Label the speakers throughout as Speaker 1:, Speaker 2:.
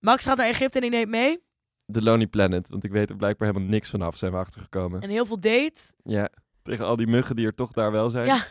Speaker 1: Max gaat naar Egypte en die neemt mee.
Speaker 2: The Lonely Planet. Want ik weet er blijkbaar helemaal niks vanaf, zijn we achtergekomen.
Speaker 1: En heel veel date.
Speaker 2: Ja, tegen al die muggen die er toch daar wel zijn.
Speaker 1: Ja.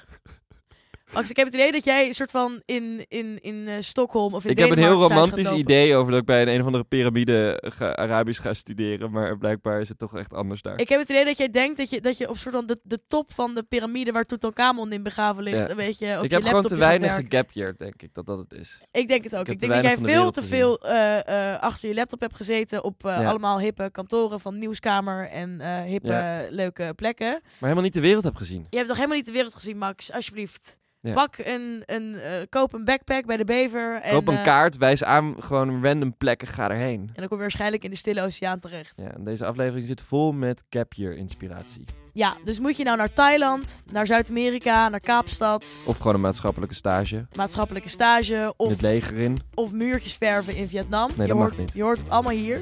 Speaker 1: Max, ik heb het idee dat jij een soort van in, in, in eh, Stockholm of in
Speaker 2: ik heb een heel
Speaker 1: Denemarken thuis gaat
Speaker 2: romantisch
Speaker 1: lopen.
Speaker 2: idee over dat ik bij een, een of andere piramide eh, ga- Arabisch ga studeren. Maar blijkbaar is het toch echt anders daar.
Speaker 1: Ik heb het idee dat jij denkt dat je, dat je op soort van de, de top van de piramide waar Tutankhamon in begraven ligt,
Speaker 2: Ja.
Speaker 1: een beetje op
Speaker 2: Ik
Speaker 1: je
Speaker 2: heb gewoon te
Speaker 1: laptopje gaat
Speaker 2: weinig
Speaker 1: werken.
Speaker 2: gegapjeerd, denk ik, dat dat het is.
Speaker 1: Ik denk het ook.
Speaker 2: Ik
Speaker 1: Ik,
Speaker 2: heb te
Speaker 1: denk dat jij
Speaker 2: weinig
Speaker 1: veel
Speaker 2: van de
Speaker 1: te
Speaker 2: wereld
Speaker 1: veel eh, eh, achter je laptop hebt gezeten op eh,
Speaker 2: Ja.
Speaker 1: allemaal hippe kantoren van Nieuwskamer en eh, hippe
Speaker 2: Ja.
Speaker 1: leuke plekken.
Speaker 2: Maar helemaal niet de wereld heb gezien.
Speaker 1: Je hebt nog helemaal niet de wereld gezien, Max. Alsjeblieft.
Speaker 2: Ja.
Speaker 1: Pak een, een eh, koop een backpack bij de Bever. En,
Speaker 2: Koop een
Speaker 1: eh,
Speaker 2: kaart, wijs aan gewoon random plekken, ga erheen.
Speaker 1: en dan kom je waarschijnlijk in de Stille Oceaan terecht.
Speaker 2: Ja, en deze aflevering zit vol met capjear inspiratie.
Speaker 1: Ja, dus moet je nou naar Thailand, naar Zuid-Amerika, naar Kaapstad,
Speaker 2: Of gewoon een maatschappelijke stage.
Speaker 1: maatschappelijke stage
Speaker 2: In
Speaker 1: of,
Speaker 2: het leger in.
Speaker 1: of muurtjes verven in Vietnam.
Speaker 2: dat
Speaker 1: je,
Speaker 2: mag
Speaker 1: hoort,
Speaker 2: niet.
Speaker 1: je hoort het allemaal hier.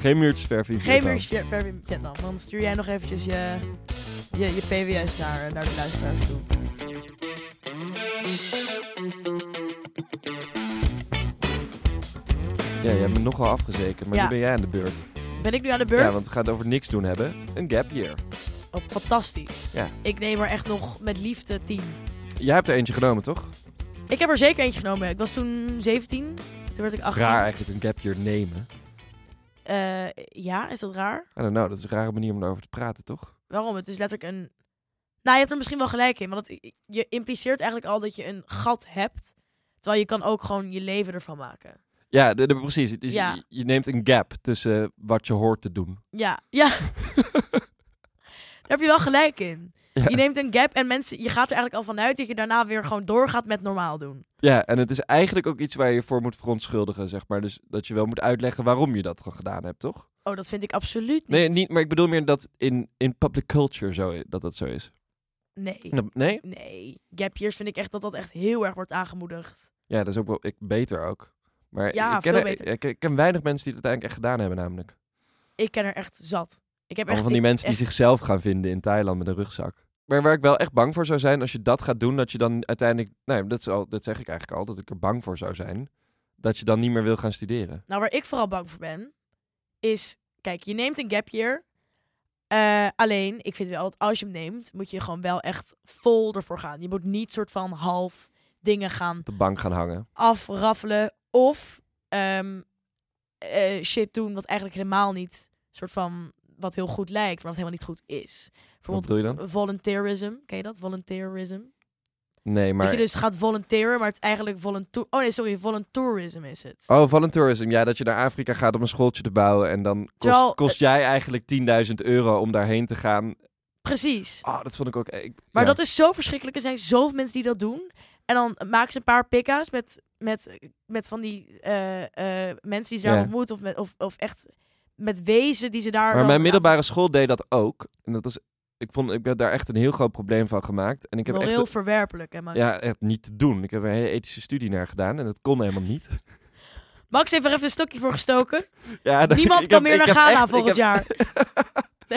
Speaker 2: Geen muurtjes verven. in
Speaker 1: Geen
Speaker 2: Vietnam.
Speaker 1: muurtjes ver- verven in Vietnam. Dan stuur jij nog eventjes je, je, je PWS naar, naar de luisteraars toe.
Speaker 2: Ja, je hebt me nogal afgezekerd, maar
Speaker 1: Ja.
Speaker 2: nu ben jij aan de beurt.
Speaker 1: Ben ik nu aan de beurt?
Speaker 2: Ja, want we gaan het over niks doen hebben. Een gapjear.
Speaker 1: Oh, fantastisch.
Speaker 2: Ja.
Speaker 1: Ik neem er echt nog met liefde tien.
Speaker 2: Jij hebt er eentje genomen, toch?
Speaker 1: Ik heb er zeker eentje genomen. Ik was toen 17. Toen werd ik 18.
Speaker 2: Raar eigenlijk een gapjear nemen.
Speaker 1: Eh, ja, is dat raar?
Speaker 2: I don't know, dat is een rare manier om erover te praten, toch?
Speaker 1: Waarom? Het is letterlijk een... Nou, je hebt er misschien wel gelijk in. Want het- je impliceert eigenlijk al dat je een gat hebt. Terwijl je kan ook gewoon je leven ervan maken.
Speaker 2: Ja, de, de- precies. Dus je-
Speaker 1: Ja.
Speaker 2: je, neemt een gap tussen wat je hoort te doen.
Speaker 1: Ja, ja. Daar heb je wel gelijk in.
Speaker 2: Ja.
Speaker 1: Je neemt een gap en mensen, je gaat er eigenlijk al vanuit dat je daarna weer gewoon doorgaat met normaal doen.
Speaker 2: Ja, en het is eigenlijk ook iets waar je je voor moet verontschuldigen, zeg maar. Dus dat je wel moet uitleggen waarom je dat gedaan hebt, toch?
Speaker 1: Oh, dat vind ik absoluut niet.
Speaker 2: Nee, niet, maar ik bedoel meer dat in, in public culture zo, i- dat dat zo is.
Speaker 1: Nee.
Speaker 2: Dat- Nee?
Speaker 1: Nee. Gap years vind ik echt dat dat echt heel erg wordt aangemoedigd.
Speaker 2: Ja, dat is ook wel ik, beter ook. Maar
Speaker 1: Ja,
Speaker 2: ik, ken
Speaker 1: veel
Speaker 2: er-
Speaker 1: beter.
Speaker 2: Ik, ik ken weinig mensen die het uiteindelijk echt gedaan hebben, namelijk.
Speaker 1: Ik ken er echt zat. Ik heb echt,
Speaker 2: Allemaal van die
Speaker 1: ik-
Speaker 2: mensen die
Speaker 1: echt-
Speaker 2: zichzelf gaan vinden in Thailand met een rugzak. Maar waar ik wel echt bang voor zou zijn, als je dat gaat doen, dat je dan uiteindelijk... Nee, dat, is al, dat zeg ik eigenlijk al, dat ik er bang voor zou zijn. Dat je dan niet meer wil gaan studeren.
Speaker 1: Nou, waar ik vooral bang voor ben, is... Kijk, je neemt een gap year. Eh, alleen, ik vind wel dat als je hem neemt, moet je gewoon wel echt vol ervoor gaan. Je moet niet soort van half dingen gaan
Speaker 2: Op de bank gaan hangen.
Speaker 1: afraffelen of ehm, eh, shit doen wat eigenlijk helemaal niet soort van wat heel goed lijkt, maar wat helemaal niet goed is.
Speaker 2: Wat
Speaker 1: Bijvoorbeeld
Speaker 2: bedoel je dan?
Speaker 1: volunteerism, ken je dat? Volunteerism.
Speaker 2: Nee,
Speaker 1: Dat
Speaker 2: maar...
Speaker 1: je dus gaat volunteeren, maar het eigenlijk volunteer. Oh nee, sorry, voluntourism is het.
Speaker 2: Oh, volunteerism. Ja, dat je naar Afrika gaat om een schooltje te bouwen. En dan kost,
Speaker 1: Terwijl-
Speaker 2: kost jij eigenlijk 10.000 euro om daarheen te gaan.
Speaker 1: Precies.
Speaker 2: Oh, dat vond ik ook... Ik,
Speaker 1: Maar
Speaker 2: ja.
Speaker 1: dat is zo verschrikkelijk. Er zijn zoveel mensen die dat doen. En dan maken ze een paar pika's met, met, met van die eh, eh, mensen die ze daar
Speaker 2: Ja.
Speaker 1: ontmoeten. Of, met, of, of echt met wezen die ze daar.
Speaker 2: Maar
Speaker 1: dan
Speaker 2: mijn
Speaker 1: laten-
Speaker 2: middelbare school deed dat ook. En dat is... Ik, vond, ik heb daar echt een heel groot probleem van gemaakt. En ik heb
Speaker 1: Wel
Speaker 2: echt
Speaker 1: heel verwerpelijk. Hè, Max?
Speaker 2: Ja, echt niet te doen. Ik heb er een hele ethische studie naar gedaan en dat kon helemaal niet.
Speaker 1: Max heeft er even een stokje voor gestoken.
Speaker 2: Ja, dat-
Speaker 1: Niemand
Speaker 2: ik
Speaker 1: kan
Speaker 2: heb-
Speaker 1: meer naar
Speaker 2: ik heb
Speaker 1: Ghana
Speaker 2: echt-
Speaker 1: volgend
Speaker 2: ik heb-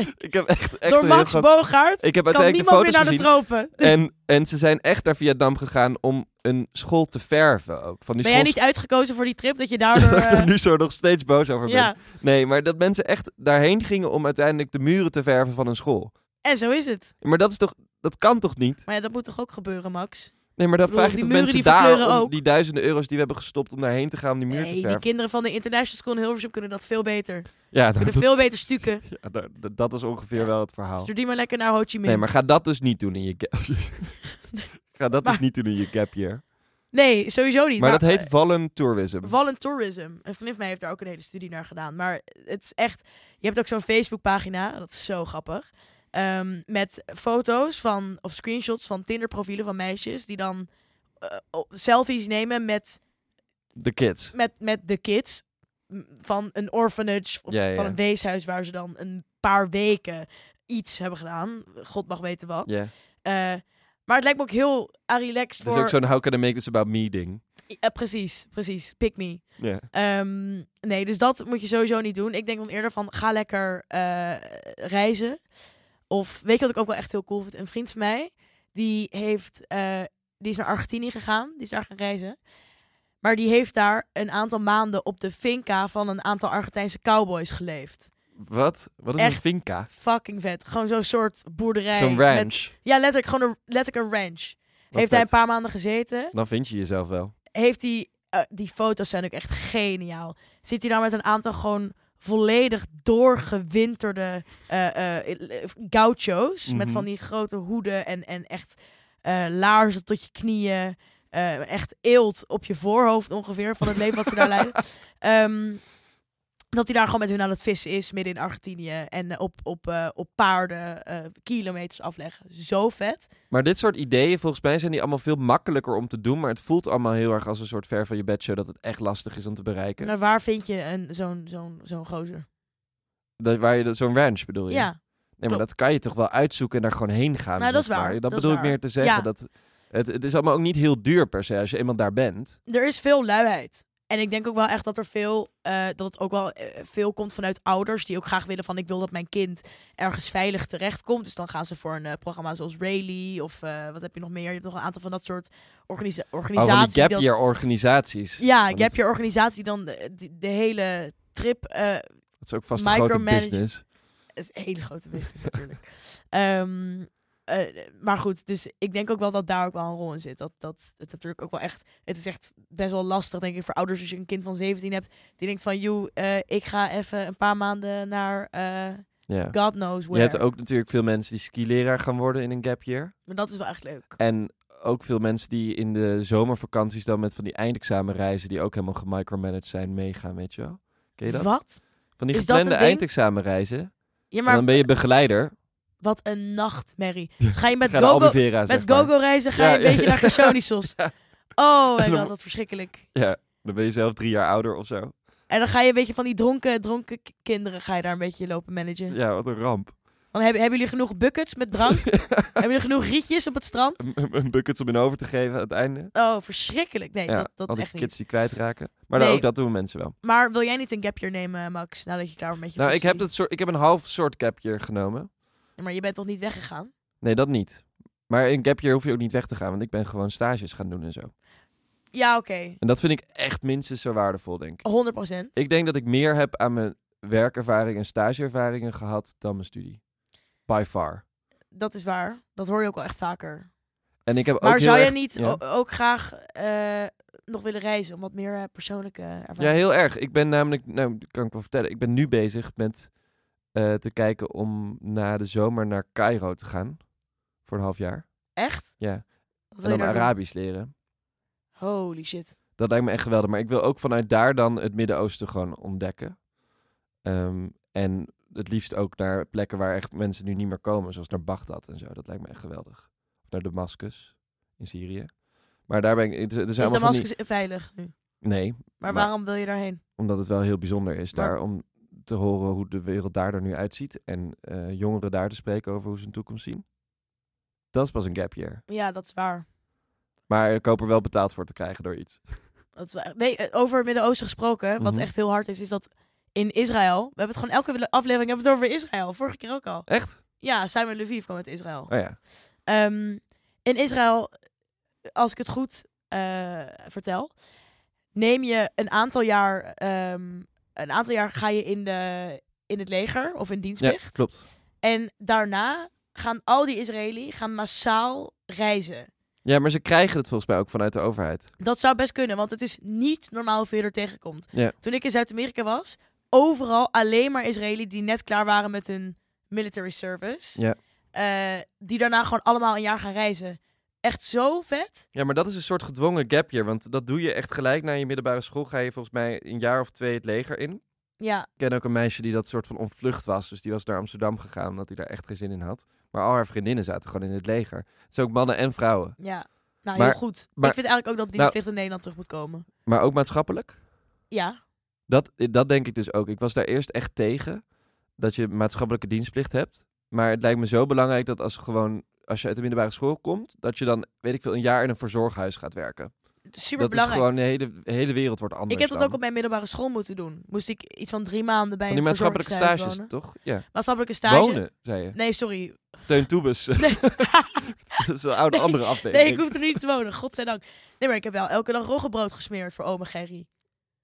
Speaker 1: jaar.
Speaker 2: Ik heb echt, echt
Speaker 1: Door
Speaker 2: een heel
Speaker 1: Max
Speaker 2: groot-
Speaker 1: Boogaard
Speaker 2: Ik heb
Speaker 1: kan
Speaker 2: uiteindelijk de
Speaker 1: niemand meer
Speaker 2: foto's
Speaker 1: naar de
Speaker 2: gezien.
Speaker 1: tropen.
Speaker 2: En, en ze zijn echt naar Vietnam gegaan om een school te verven ook. Van die
Speaker 1: Ben jij
Speaker 2: school-
Speaker 1: niet uitgekozen voor die trip dat je daardoor...
Speaker 2: dat ik
Speaker 1: eh,
Speaker 2: er nu zo nog steeds boos over ben.
Speaker 1: ja,
Speaker 2: Nee, maar dat mensen echt daarheen gingen om uiteindelijk de muren te verven van een school.
Speaker 1: en zo is het.
Speaker 2: Maar dat is toch... Dat kan toch niet?
Speaker 1: Maar ja, dat moet toch ook gebeuren, Max?
Speaker 2: Nee, maar dat
Speaker 1: Ik bedoel,
Speaker 2: vraag je
Speaker 1: die
Speaker 2: toch
Speaker 1: muren
Speaker 2: mensen
Speaker 1: die
Speaker 2: daar
Speaker 1: verkleuren
Speaker 2: om
Speaker 1: ook.
Speaker 2: die duizenden euro's die we hebben gestopt om daarheen te gaan om die muur te
Speaker 1: Nee, die
Speaker 2: verven.
Speaker 1: kinderen van de International School in Hilversum kunnen dat veel beter.
Speaker 2: Ja, nou,
Speaker 1: Kunnen
Speaker 2: dat,
Speaker 1: veel beter stukken.
Speaker 2: ja, nou, dat- dat is ongeveer wel het verhaal.
Speaker 1: Stuur die maar lekker naar Ho Chi Minh.
Speaker 2: Nee, maar ga dat dus niet doen in je gap. ga dat dus
Speaker 1: Maar-
Speaker 2: niet doen in je gap year.
Speaker 1: Nee, sowieso niet.
Speaker 2: Maar dat heet volunteerism.
Speaker 1: Voluntourism. Een vriendin van mij heeft daar ook een hele studie naar gedaan. Maar het is echt... Je hebt ook zo'n Facebookpagina. Dat is zo grappig. ehm, met foto's van... Of screenshots van Tinder-profielen van meisjes. Die dan eh, op- selfies nemen met,
Speaker 2: De kids.
Speaker 1: met, met de kids. m, Van een orphanage. Of
Speaker 2: Ja, ja,
Speaker 1: van
Speaker 2: ja.
Speaker 1: een weeshuis waar ze dan een paar weken iets hebben gedaan. God mag weten wat.
Speaker 2: Ja.
Speaker 1: Eh, maar het lijkt me ook heel ah, relaxed
Speaker 2: Het is
Speaker 1: voor...
Speaker 2: ook zo'n how can I make this about me ding.
Speaker 1: Eh, precies, precies. Pick me.
Speaker 2: Ja.
Speaker 1: Ehm, nee, dus dat moet je sowieso niet doen. Ik denk dan eerder van ga lekker eh, reizen. Of weet je wat ik ook wel echt heel cool vind? Een vriend van mij, die, heeft, eh, die is naar Argentinië gegaan. Die is daar gaan reizen. Maar die heeft daar een aantal maanden op de finca van een aantal Argentijnse cowboys geleefd.
Speaker 2: Wat? Wat is een
Speaker 1: Echt.
Speaker 2: finca?
Speaker 1: Fucking vet. Gewoon zo'n soort boerderij.
Speaker 2: Zo'n
Speaker 1: met-
Speaker 2: ranch.
Speaker 1: ja, letterlijk, gewoon een, letterlijk een ranch.
Speaker 2: Wat
Speaker 1: heeft hij een
Speaker 2: vet.
Speaker 1: paar maanden gezeten.
Speaker 2: Dan vind je jezelf wel.
Speaker 1: Heeft hij... eh, die foto's zijn ook echt geniaal. Zit hij daar met een aantal gewoon volledig doorgewinterde eh eh, gauchos. Met
Speaker 2: Mhm.
Speaker 1: van die grote hoeden en, en echt eh, laarzen tot je knieën. Eh, echt eelt op je voorhoofd ongeveer van het leven wat ze daar leiden. Ehm, dat hij daar gewoon met hun aan het vissen is, midden in Argentinië. En eh, op, op, eh, op paarden eh, kilometers afleggen. Zo vet.
Speaker 2: Maar dit soort ideeën, volgens mij zijn die allemaal veel makkelijker om te doen. Maar het voelt allemaal heel erg als een soort ver van je bedshow dat het echt lastig is om te bereiken.
Speaker 1: Maar waar vind je een, zo'n, zo'n, zo'n gozer?
Speaker 2: Dat, waar je dat- zo'n ranch bedoel je?
Speaker 1: Ja,
Speaker 2: Nee, maar
Speaker 1: klopt.
Speaker 2: dat kan je toch wel uitzoeken en daar gewoon heen gaan.
Speaker 1: Nou, dat is
Speaker 2: zeg maar.
Speaker 1: waar,
Speaker 2: Dat,
Speaker 1: dat is
Speaker 2: bedoel ik
Speaker 1: waar.
Speaker 2: meer te zeggen.
Speaker 1: Ja.
Speaker 2: Dat, het, het is allemaal ook niet heel duur per se als je eenmaal daar bent.
Speaker 1: er is veel luiheid. En ik denk ook wel echt dat er veel, eh, dat het ook wel eh, veel komt vanuit ouders die ook graag willen van ik wil dat mijn kind ergens veilig terechtkomt. Dus dan gaan ze voor een eh, programma zoals Rayleigh of eh, wat heb je nog meer? Je hebt nog een aantal van dat soort organisa-
Speaker 2: Oh, van die
Speaker 1: organisaties.
Speaker 2: gap
Speaker 1: die dat-
Speaker 2: year organisaties.
Speaker 1: Ja,
Speaker 2: dat-
Speaker 1: gap year organisatie die dan de, die- de hele trip eh,
Speaker 2: Dat is ook vast een grote
Speaker 1: Micromanage-
Speaker 2: business.
Speaker 1: Het is een hele grote business natuurlijk. Ehm, eh, maar goed, dus ik denk ook wel dat daar ook wel een rol in zit. Dat, dat het natuurlijk ook wel echt... Het is echt best wel lastig, denk ik, voor ouders als je een kind van 17 hebt... die denkt van, joh, eh, ik ga even een paar maanden naar eh,
Speaker 2: Ja.
Speaker 1: God knows
Speaker 2: Je
Speaker 1: where.
Speaker 2: hebt ook natuurlijk veel mensen die skileraar gaan worden in een gap year.
Speaker 1: Maar dat is wel echt leuk.
Speaker 2: En ook veel mensen die in de zomervakanties dan met van die eindexamenreizen die ook helemaal gemicromanaged zijn meegaan, weet je wel? Ken je dat?
Speaker 1: Wat?
Speaker 2: Van die
Speaker 1: Is dat
Speaker 2: geplande
Speaker 1: een ding?
Speaker 2: eindexamenreizen.
Speaker 1: Ja,
Speaker 2: En
Speaker 1: maar
Speaker 2: dan ben je begeleider.
Speaker 1: wat een nachtmerrie. Dus ga je met
Speaker 2: Ga naar
Speaker 1: go-go...
Speaker 2: Albufeira,
Speaker 1: Met
Speaker 2: zeg maar.
Speaker 1: go-go reizen ga je
Speaker 2: Ja,
Speaker 1: een
Speaker 2: ja,
Speaker 1: beetje
Speaker 2: ja.
Speaker 1: naar Gersonisos. Oh my
Speaker 2: En dan-
Speaker 1: god, wat verschrikkelijk.
Speaker 2: Dan ben je zelf drie jaar ouder of zo.
Speaker 1: En dan ga je een beetje van die dronken, dronken k- kinderen ga je daar een beetje lopen managen.
Speaker 2: Ja, wat een ramp.
Speaker 1: Dan hebben, hebben jullie genoeg buckets met drank? hebben jullie genoeg rietjes op het strand?
Speaker 2: Een- Een bucket om in over te geven aan het einde.
Speaker 1: Oh, verschrikkelijk. Nee,
Speaker 2: ja,
Speaker 1: dat, dat
Speaker 2: al die
Speaker 1: echt
Speaker 2: kids
Speaker 1: niet.
Speaker 2: die kwijtraken. Maar dan
Speaker 1: Nee.
Speaker 2: ook dat doen mensen wel.
Speaker 1: Maar wil jij niet een gap year nemen, Max, nadat je klaar bent met je
Speaker 2: Nou, ik heb,
Speaker 1: vakantie?
Speaker 2: dat soort, ik heb een half soort gap year genomen.
Speaker 1: Ja, Maar je bent toch niet weggegaan?
Speaker 2: Nee, dat niet. Maar in gap year hoef je ook niet weg te gaan, want ik ben gewoon stages gaan doen en zo.
Speaker 1: Ja, oké.
Speaker 2: En dat vind ik echt minstens zo waardevol, denk ik.
Speaker 1: 100 procent.
Speaker 2: Ik denk dat ik meer heb aan mijn werkervaring en stageervaringen gehad dan mijn studie. By far.
Speaker 1: Dat is waar. Dat hoor je ook wel echt vaker.
Speaker 2: En ik heb ook
Speaker 1: Maar
Speaker 2: heel
Speaker 1: zou jij
Speaker 2: erg-
Speaker 1: niet
Speaker 2: Ja.
Speaker 1: o- ook graag eh, nog willen reizen? Om wat meer eh, persoonlijke ervaring.
Speaker 2: Ja, heel erg. Ik ben namelijk, nou, dat kan ik wel vertellen, ik ben nu bezig met eh, te kijken om na de zomer naar Cairo te gaan. Voor een half jaar.
Speaker 1: Echt?
Speaker 2: Ja.
Speaker 1: Wat
Speaker 2: En
Speaker 1: wil je
Speaker 2: dan
Speaker 1: daar doen?
Speaker 2: Arabisch leren.
Speaker 1: Holy shit.
Speaker 2: Dat lijkt me echt geweldig. Maar ik wil ook vanuit daar dan het Midden-Oosten gewoon ontdekken. Ehm, en het liefst ook naar plekken waar echt mensen nu niet meer komen. Zoals naar Bagdad en zo. Dat lijkt me echt geweldig. Of naar Damascus in Syrië. Maar daar ben ik... Het, het is
Speaker 1: Is
Speaker 2: allemaal van die- Nou.
Speaker 1: Damascus veilig nu?
Speaker 2: Nee,
Speaker 1: Maar,
Speaker 2: Maar-
Speaker 1: waarom wil je daarheen?
Speaker 2: omdat het wel heel bijzonder is
Speaker 1: Maar-
Speaker 2: daar om te horen hoe de wereld daar er nu uitziet en eh, jongeren daar te spreken over hoe ze hun toekomst zien. Dat is pas een gap year.
Speaker 1: Ja, dat is waar.
Speaker 2: Maar ik hoop er wel betaald voor te krijgen door iets.
Speaker 1: Dat we- nee, eh, over het Midden-Oosten gesproken, wat
Speaker 2: Mhm.
Speaker 1: echt heel hard is, is dat in Israël. We hebben het gewoon elke aflevering hebben we het over Israël. Vorige keer ook al.
Speaker 2: Echt?
Speaker 1: Ja, Simon Lviv kwam uit Israël.
Speaker 2: Oh ja.
Speaker 1: Ehm, in Israël, als ik het goed eh, vertel, neem je een aantal jaar, ehm, een aantal jaar ga je in, de, in het leger of in
Speaker 2: Ja,
Speaker 1: dienstplicht.
Speaker 2: klopt.
Speaker 1: En daarna gaan al die Israëli's gaan massaal reizen.
Speaker 2: Ja, maar ze krijgen het volgens mij ook vanuit de overheid.
Speaker 1: Dat zou best kunnen, want het is niet normaal hoeveel je er tegenkomt.
Speaker 2: Ja.
Speaker 1: Toen ik in Zuid-Amerika was, overal alleen maar Israëli's die net klaar waren met hun military service.
Speaker 2: Ja.
Speaker 1: Eh, die daarna gewoon allemaal een jaar gaan reizen. Echt zo vet.
Speaker 2: Ja, maar dat is een soort gedwongen gap year, want dat doe je echt gelijk na je middelbare school. Ga je volgens mij een jaar of twee het leger in.
Speaker 1: Ja,
Speaker 2: Ik ken ook een meisje die dat soort van onvlucht was, dus die was naar Amsterdam gegaan omdat hij daar echt geen zin in had. Maar al haar vriendinnen zaten gewoon in het leger. Het is ook mannen en vrouwen.
Speaker 1: ja. Nou,
Speaker 2: Maar-
Speaker 1: heel goed.
Speaker 2: maar-
Speaker 1: ik vind eigenlijk ook dat die
Speaker 2: Nou-
Speaker 1: dienstplicht in Nederland terug moet komen.
Speaker 2: Maar ook maatschappelijk?
Speaker 1: Ja,
Speaker 2: Dat, dat denk ik dus ook. Ik was daar eerst echt tegen dat je maatschappelijke dienstplicht hebt. Maar het lijkt me zo belangrijk dat als, gewoon, als je uit de middelbare school komt, dat je dan, weet ik veel, een jaar in een verzorghuis gaat werken.
Speaker 1: super
Speaker 2: Dat is
Speaker 1: belangrijk.
Speaker 2: gewoon de hele, de hele wereld wordt anders.
Speaker 1: Ik heb dat
Speaker 2: dan.
Speaker 1: ook op mijn middelbare school moeten doen. Moest ik iets van drie maanden bij
Speaker 2: Van
Speaker 1: een
Speaker 2: die maatschappelijke
Speaker 1: verzorgingshuis
Speaker 2: stages,
Speaker 1: wonen.
Speaker 2: toch? Ja.
Speaker 1: Maatschappelijke stage.
Speaker 2: Wonen, zei je.
Speaker 1: Nee, sorry.
Speaker 2: Teun Toebus.
Speaker 1: Nee.
Speaker 2: dat is een oude
Speaker 1: Nee,
Speaker 2: andere aflevering.
Speaker 1: Nee, ik hoef er niet te wonen, godzijdank. Nee, maar ik heb wel elke dag roggebrood gesmeerd voor oma Gerry.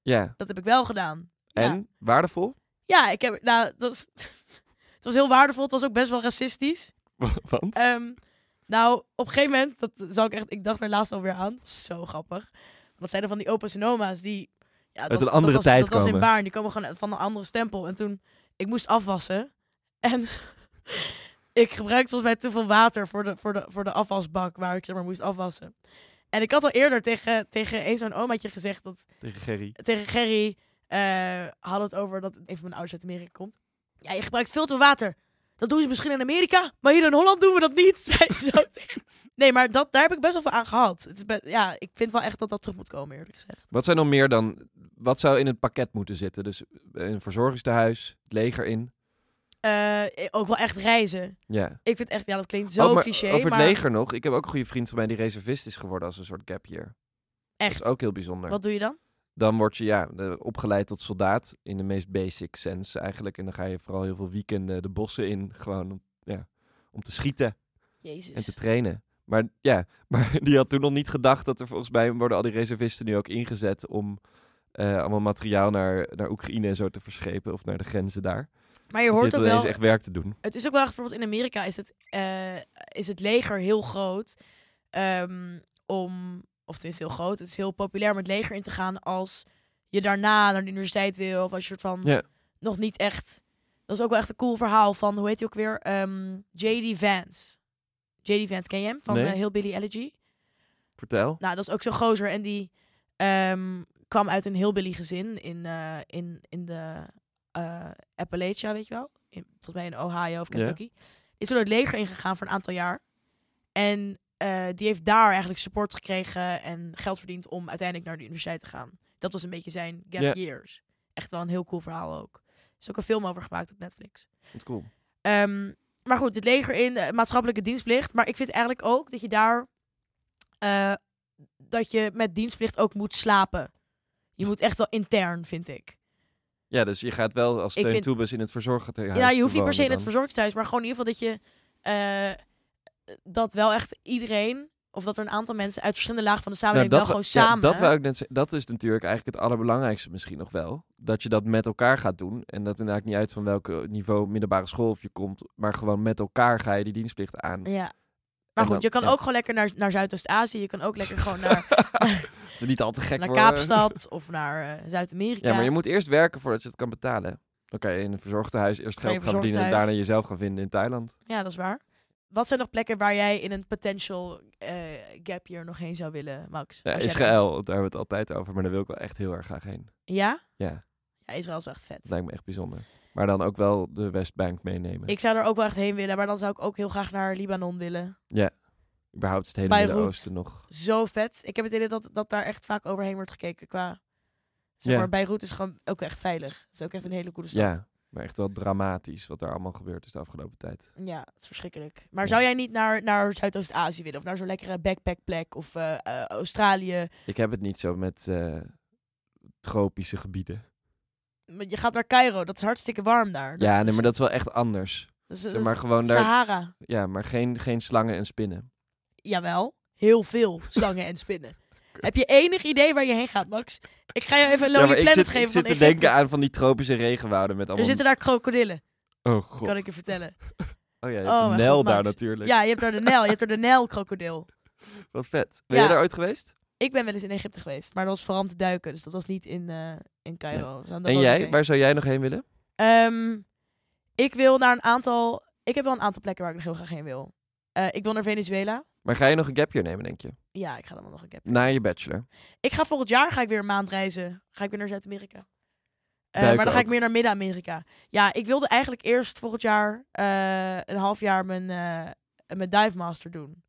Speaker 2: Ja.
Speaker 1: Dat heb ik wel gedaan. Ja.
Speaker 2: En? Waardevol?
Speaker 1: Ja, ik heb... Nou, dat is... het was heel waardevol. Het was ook best wel racistisch.
Speaker 2: Want?
Speaker 1: Ehm, nou, op een gegeven moment... Dat zal ik echt... Ik dacht er laatst alweer aan. Dat is zo grappig. Dat zijn er van die opa's en oma's die... Ja, dat
Speaker 2: Uit
Speaker 1: was-
Speaker 2: een andere
Speaker 1: dat was,
Speaker 2: tijd
Speaker 1: Dat was in
Speaker 2: komen.
Speaker 1: Baarn. Die komen gewoon van een andere stempel. En toen... Ik moest afwassen. En... ik gebruikte volgens mij te veel water voor de, voor de, voor de afwasbak... waar ik zeg maar moest afwassen. En ik had al eerder tegen, tegen een zo'n omaatje gezegd... dat
Speaker 2: Tegen Gerry.
Speaker 1: tegen Gerry eh had het over dat een van mijn ouders uit Amerika komt. Ja, je gebruikt veel te veel water. Dat doen ze misschien in Amerika, maar hier in Holland doen we dat niet. Zei ze zo tegen. Nee, maar dat, daar heb ik best wel veel aan gehad. Het is be- ja, ik vind wel echt dat dat terug moet komen, eerlijk gezegd.
Speaker 2: Wat zijn nog meer dan... Wat zou in het pakket moeten zitten? Dus een verzorgingstehuis, het leger in.
Speaker 1: Eh, ook wel echt reizen.
Speaker 2: Ja.
Speaker 1: Ik vind echt, ja, dat klinkt zo
Speaker 2: Oh, maar
Speaker 1: cliché,
Speaker 2: Over het
Speaker 1: maar
Speaker 2: leger nog. Ik heb ook een goede vriend van mij die reservist is geworden als een soort gap year. Dat
Speaker 1: echt.
Speaker 2: is ook heel bijzonder.
Speaker 1: Wat doe je dan?
Speaker 2: Dan word je ja, de- opgeleid tot soldaat in de meest basic sense eigenlijk. En dan ga je vooral heel veel weekenden de bossen in. Gewoon om, ja, om te schieten en
Speaker 1: Jezus.
Speaker 2: te trainen. Maar ja, maar die had toen nog niet gedacht dat er volgens mij worden al die reservisten nu ook ingezet om eh, allemaal materiaal naar, naar Oekraïne en zo te verschepen of naar de grenzen daar.
Speaker 1: Maar je
Speaker 2: Dus die
Speaker 1: hoort
Speaker 2: heeft
Speaker 1: ook
Speaker 2: ineens
Speaker 1: wel,
Speaker 2: echt werk te doen.
Speaker 1: Het is ook wel echt, bijvoorbeeld in Amerika is het, eh, is het leger heel groot. ehm, om, of tenminste heel groot, het is heel populair om het leger in te gaan als je daarna naar de universiteit wil. Of als je soort van
Speaker 2: Ja.
Speaker 1: nog niet echt... Dat is ook wel echt een cool verhaal van, hoe heet hij ook weer? Ehm, J.D. Vance. J.D. Vance, ken je hem? Van
Speaker 2: Nee.
Speaker 1: eh, Hillbilly Elegy.
Speaker 2: Vertel.
Speaker 1: Nou, dat is ook zo'n gozer. En die ehm, kwam uit een hillbilly gezin in, eh, in, in de eh Appalachia, weet je wel? In, volgens mij in Ohio of
Speaker 2: Ja.
Speaker 1: Kentucky. Is toen het leger ingegaan voor een aantal jaar. En eh, die heeft daar eigenlijk support gekregen en geld verdiend om uiteindelijk naar de universiteit te gaan. Dat was een beetje zijn gap
Speaker 2: Ja.
Speaker 1: years. Echt wel een heel cool verhaal ook. Er is ook een film over gemaakt op Netflix.
Speaker 2: Wat cool.
Speaker 1: Ehm, maar goed, het leger in, eh, maatschappelijke dienstplicht. Maar ik vind eigenlijk ook dat je daar... eh, dat je met dienstplicht ook moet slapen. Je moet echt wel intern, vind ik.
Speaker 2: Ja, dus je gaat wel als
Speaker 1: Ik
Speaker 2: Teun
Speaker 1: vind-
Speaker 2: Toebus in het verzorgingstehuis
Speaker 1: ja,
Speaker 2: te
Speaker 1: je hoeft niet per se in
Speaker 2: dus wonen
Speaker 1: het
Speaker 2: dan.
Speaker 1: verzorgingstehuis. Maar gewoon in ieder geval dat je... eh, dat wel echt iedereen... Of dat er een aantal mensen uit verschillende lagen van de
Speaker 2: Nou,
Speaker 1: samenleving
Speaker 2: dat,
Speaker 1: wel
Speaker 2: wou-
Speaker 1: gewoon
Speaker 2: ja,
Speaker 1: samen...
Speaker 2: dat, wou ik net, ze- dat is natuurlijk eigenlijk het allerbelangrijkste misschien nog wel. Dat je dat met elkaar gaat doen. En dat inderdaad niet uit van welk niveau middelbare school of je komt. Maar gewoon met elkaar ga je die dienstplicht aan.
Speaker 1: Ja.
Speaker 2: En
Speaker 1: Maar goed,
Speaker 2: dan-
Speaker 1: je kan
Speaker 2: ja.
Speaker 1: ook gewoon lekker naar, naar Zuidoost-Asië. Je kan ook lekker gewoon naar,
Speaker 2: Dat het niet al te gek
Speaker 1: naar
Speaker 2: worden.
Speaker 1: Kaapstad of naar eh, Zuid-Amerika.
Speaker 2: Ja, maar je moet eerst werken voordat je het kan betalen. Dan kan je in een verzorgingstehuis eerst
Speaker 1: Kan je
Speaker 2: geld gaan verdienen en
Speaker 1: verzorgingstehuis.
Speaker 2: daarna jezelf gaan vinden in Thailand.
Speaker 1: Ja, dat is waar. Wat zijn nog plekken waar jij in een potential eh, gap year nog heen zou willen, Max?
Speaker 2: Ja,
Speaker 1: Als jij
Speaker 2: Israël, daar hebben we het altijd over, maar daar wil ik wel echt heel erg graag heen.
Speaker 1: bent- Ja?
Speaker 2: Ja,
Speaker 1: Ja, Israël is wel echt vet.
Speaker 2: dat lijkt me echt bijzonder. Maar dan ook wel de Westbank meenemen.
Speaker 1: Ik zou er ook wel echt heen willen, maar dan zou ik ook heel graag naar Libanon willen.
Speaker 2: Überhaupt is het hele
Speaker 1: Beirut.
Speaker 2: Midden-Oosten nog.
Speaker 1: Zo vet. Ik heb het idee dat, dat daar echt vaak overheen wordt gekeken qua... Zeg
Speaker 2: Ja.
Speaker 1: maar, Beirut is gewoon ook echt veilig. Het is ook echt een hele coole stad.
Speaker 2: Ja, maar echt wel dramatisch wat daar allemaal gebeurd is de afgelopen tijd.
Speaker 1: Ja, het is verschrikkelijk. Maar
Speaker 2: Ja.
Speaker 1: zou jij niet naar, naar Zuidoost-Asië willen? Of naar zo'n lekkere backpackplek? Of eh, eh, Australië?
Speaker 2: Ik heb het niet zo met eh, tropische gebieden.
Speaker 1: Maar Je gaat naar Cairo, dat is hartstikke warm daar. Dat
Speaker 2: ja,
Speaker 1: is-
Speaker 2: nee, maar dat is wel echt anders.
Speaker 1: dat is-
Speaker 2: Zeg
Speaker 1: dat is
Speaker 2: maar gewoon daar,
Speaker 1: Sahara.
Speaker 2: ja, maar geen, geen slangen en spinnen.
Speaker 1: Jawel, heel veel slangen en spinnen. Heb je enig idee waar je heen gaat, Max? Ik ga je even een
Speaker 2: ja,
Speaker 1: Lonely
Speaker 2: maar ik
Speaker 1: Planet
Speaker 2: zit,
Speaker 1: geven
Speaker 2: ik
Speaker 1: van
Speaker 2: zit te
Speaker 1: Egypte.
Speaker 2: denken aan van die tropische regenwouden met
Speaker 1: Er
Speaker 2: allemaal...
Speaker 1: zitten daar krokodillen,
Speaker 2: Oh god.
Speaker 1: kan ik je vertellen.
Speaker 2: Oh ja, je
Speaker 1: Oh,
Speaker 2: hebt de
Speaker 1: mijn
Speaker 2: Nijl
Speaker 1: god,
Speaker 2: daar
Speaker 1: Max.
Speaker 2: natuurlijk.
Speaker 1: Ja, je hebt daar de Nijl, je hebt daar de Nijlkrokodil.
Speaker 2: Wat vet. Ben
Speaker 1: Ja.
Speaker 2: je daar ooit geweest?
Speaker 1: Ik ben wel eens in Egypte geweest, maar dat was vooral om te duiken. Dus dat was niet in, eh, in Cairo. Dat was aan de
Speaker 2: en
Speaker 1: Rode
Speaker 2: jij?
Speaker 1: Zee.
Speaker 2: Waar zou jij nog heen willen?
Speaker 1: Ehm, ik wil naar een aantal... Ik heb wel een aantal plekken waar ik nog heel graag heen wil. Eh, ik wil naar Venezuela.
Speaker 2: Maar ga je nog een gap year nemen, denk je?
Speaker 1: Ja, ik ga dan wel nog een keer.
Speaker 2: Na je bachelor.
Speaker 1: Ik ga volgend jaar ga ik weer een maand reizen. Ga ik weer naar Zuid-Amerika. Eh,
Speaker 2: Duiken
Speaker 1: maar dan ga ik
Speaker 2: ook.
Speaker 1: meer naar Midden-Amerika. Ja, ik wilde eigenlijk eerst volgend jaar eh, een half jaar mijn, eh mijn dive master doen.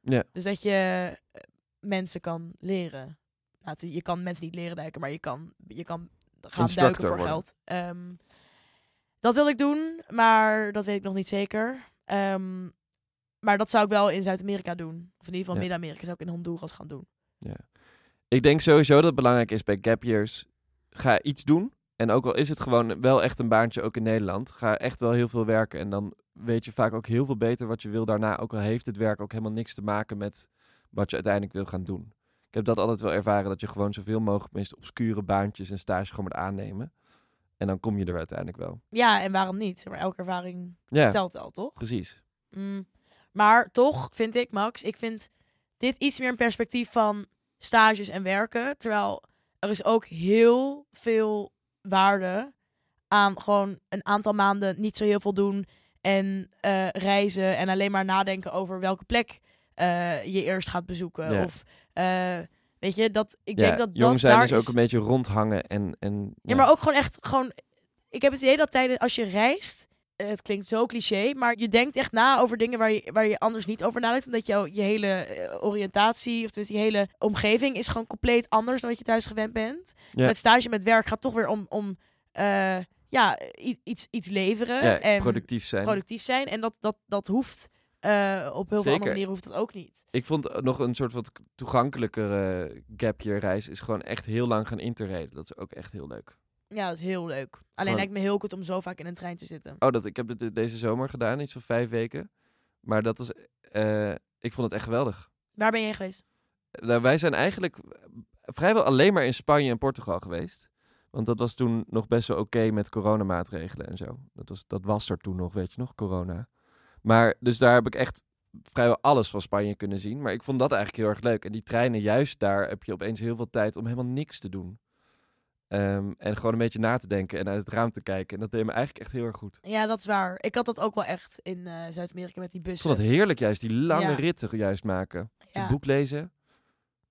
Speaker 2: Ja.
Speaker 1: Dus dat je eh, mensen kan leren. Nou, tu- je kan mensen niet leren duiken, maar je kan, je kan gaan duiken
Speaker 2: Instructor
Speaker 1: voor
Speaker 2: worden.
Speaker 1: geld. Ehm, dat wil ik doen, maar dat weet ik nog niet zeker. Ehm, maar dat zou ik wel in Zuid-Amerika doen. Of in ieder geval
Speaker 2: Ja.
Speaker 1: Midden-Amerika zou ik in Honduras gaan doen.
Speaker 2: Ik denk sowieso dat het belangrijk is bij gap years. Ga iets doen. En ook al is het gewoon wel echt een baantje, ook in Nederland. Ga echt wel heel veel werken. En dan weet je vaak ook heel veel beter wat je wil daarna. Ook al heeft het werk ook helemaal niks te maken met wat je uiteindelijk wil gaan doen. Ik heb dat altijd wel ervaren, dat je gewoon zoveel mogelijk meest obscure baantjes en stage gewoon moet aannemen. En dan kom je er uiteindelijk wel.
Speaker 1: Ja, en waarom niet? Maar elke ervaring
Speaker 2: Ja,
Speaker 1: telt wel, toch?
Speaker 2: precies.
Speaker 1: Mm. Maar toch vind ik, Max, ik vind dit iets meer een perspectief van stages en werken. Terwijl er is ook heel veel waarde aan gewoon een aantal maanden niet zo heel veel doen en eh, reizen en alleen maar nadenken over welke plek eh, je eerst gaat bezoeken.
Speaker 2: Ja.
Speaker 1: Of eh, weet je, dat ik
Speaker 2: ja,
Speaker 1: denk dat
Speaker 2: jong
Speaker 1: dat
Speaker 2: zijn
Speaker 1: daar
Speaker 2: is ook een beetje rondhangen en... en
Speaker 1: ja, maar ook gewoon echt gewoon. Ik heb het idee dat tijdens als je reist, eh, het klinkt zo cliché, maar je denkt echt na over dingen waar je, waar je anders niet over nadenkt. Omdat jouw je hele eh, oriëntatie, of dus die hele omgeving, is gewoon compleet anders dan wat je thuis gewend bent.
Speaker 2: Ja.
Speaker 1: Met stage, met werk gaat toch weer om, om eh, ja, i- iets, iets leveren
Speaker 2: Ja,
Speaker 1: en
Speaker 2: productief zijn.
Speaker 1: productief zijn. En dat, dat, dat hoeft eh, op heel veel
Speaker 2: Zeker.
Speaker 1: andere manieren hoeft dat ook niet.
Speaker 2: Ik vond eh, nog een soort wat toegankelijkere eh, gap year reis is gewoon echt heel lang gaan interreden. Dat is ook echt heel leuk.
Speaker 1: Ja, dat is heel leuk. Alleen
Speaker 2: Gewoon-
Speaker 1: lijkt me heel kut om zo vaak in een trein te zitten.
Speaker 2: Oh, dat, ik heb dit deze zomer gedaan, iets van vijf weken. Maar dat was, eh, ik vond het echt geweldig.
Speaker 1: Waar ben je heen geweest?
Speaker 2: Nou, wij zijn eigenlijk vrijwel alleen maar in Spanje en Portugal geweest. Want dat was toen nog best wel oké met coronamaatregelen en zo. Dat was, dat was er toen nog, weet je nog, corona. Maar dus daar heb ik echt vrijwel alles van Spanje kunnen zien. Maar ik vond dat eigenlijk heel erg leuk. En die treinen, juist daar heb je opeens heel veel tijd om helemaal niks te doen. Ehm, en gewoon een beetje na te denken en uit het raam te kijken. En dat deed me eigenlijk echt heel erg goed.
Speaker 1: Ja, dat is waar. Ik had dat ook wel echt in eh, Zuid-Amerika met die
Speaker 2: Ik
Speaker 1: bussen.
Speaker 2: vond het heerlijk juist, die lange
Speaker 1: Ja.
Speaker 2: ritten juist maken. Een
Speaker 1: ja,
Speaker 2: boek lezen,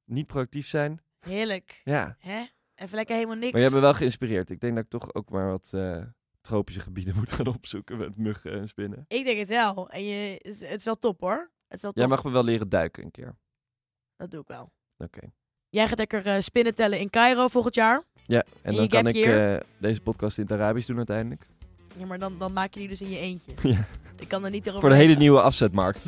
Speaker 2: niet productief zijn.
Speaker 1: heerlijk.
Speaker 2: Ja,
Speaker 1: Hè? Even lekker helemaal niks.
Speaker 2: Maar je hebt me wel geïnspireerd. Ik denk dat ik toch ook maar wat eh, tropische gebieden moet gaan opzoeken met muggen en spinnen.
Speaker 1: Ik denk het wel. En je, het is- het is wel top hoor. Het is wel top.
Speaker 2: Jij mag me wel leren duiken een keer.
Speaker 1: Dat doe ik wel.
Speaker 2: Oké.
Speaker 1: Jij gaat lekker eh, spinnen tellen in Cairo volgend jaar.
Speaker 2: Ja, en
Speaker 1: je
Speaker 2: dan kan
Speaker 1: gap
Speaker 2: ik
Speaker 1: year?
Speaker 2: eh, deze podcast in het Arabisch doen uiteindelijk.
Speaker 1: Ja, maar dan, dan maak je die dus in je eentje.
Speaker 2: Ja.
Speaker 1: Ik kan er niet erover.
Speaker 2: Voor de hele nieuwe afzetmarkt.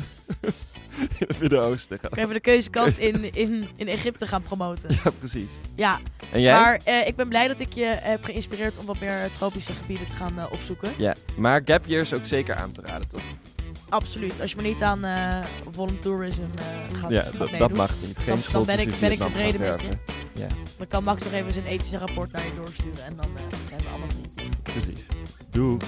Speaker 2: In het Midden-Oosten.
Speaker 1: Ik ga even de keuzekast in, in, in Egypte gaan promoten.
Speaker 2: Ja, precies.
Speaker 1: Ja,
Speaker 2: En jij?
Speaker 1: maar eh, ik ben blij dat ik je heb geïnspireerd om wat meer tropische gebieden te gaan eh, opzoeken.
Speaker 2: Ja, maar gap year is ook zeker aan te raden, toch?
Speaker 1: Absoluut. Als je maar niet aan eh volunteerism eh, gaat,
Speaker 2: ja,
Speaker 1: gaat
Speaker 2: dat,
Speaker 1: meedoen.
Speaker 2: dat mag niet. Geen
Speaker 1: Dan- dan
Speaker 2: school
Speaker 1: ben ik-
Speaker 2: tussen
Speaker 1: ben ik
Speaker 2: Vietnam gaan
Speaker 1: tevreden met je.
Speaker 2: werken.
Speaker 1: Dan kan Max nog even zijn ethische rapport naar je doorsturen. En dan eh, zijn we allemaal vriendjes.
Speaker 2: Precies. Doe.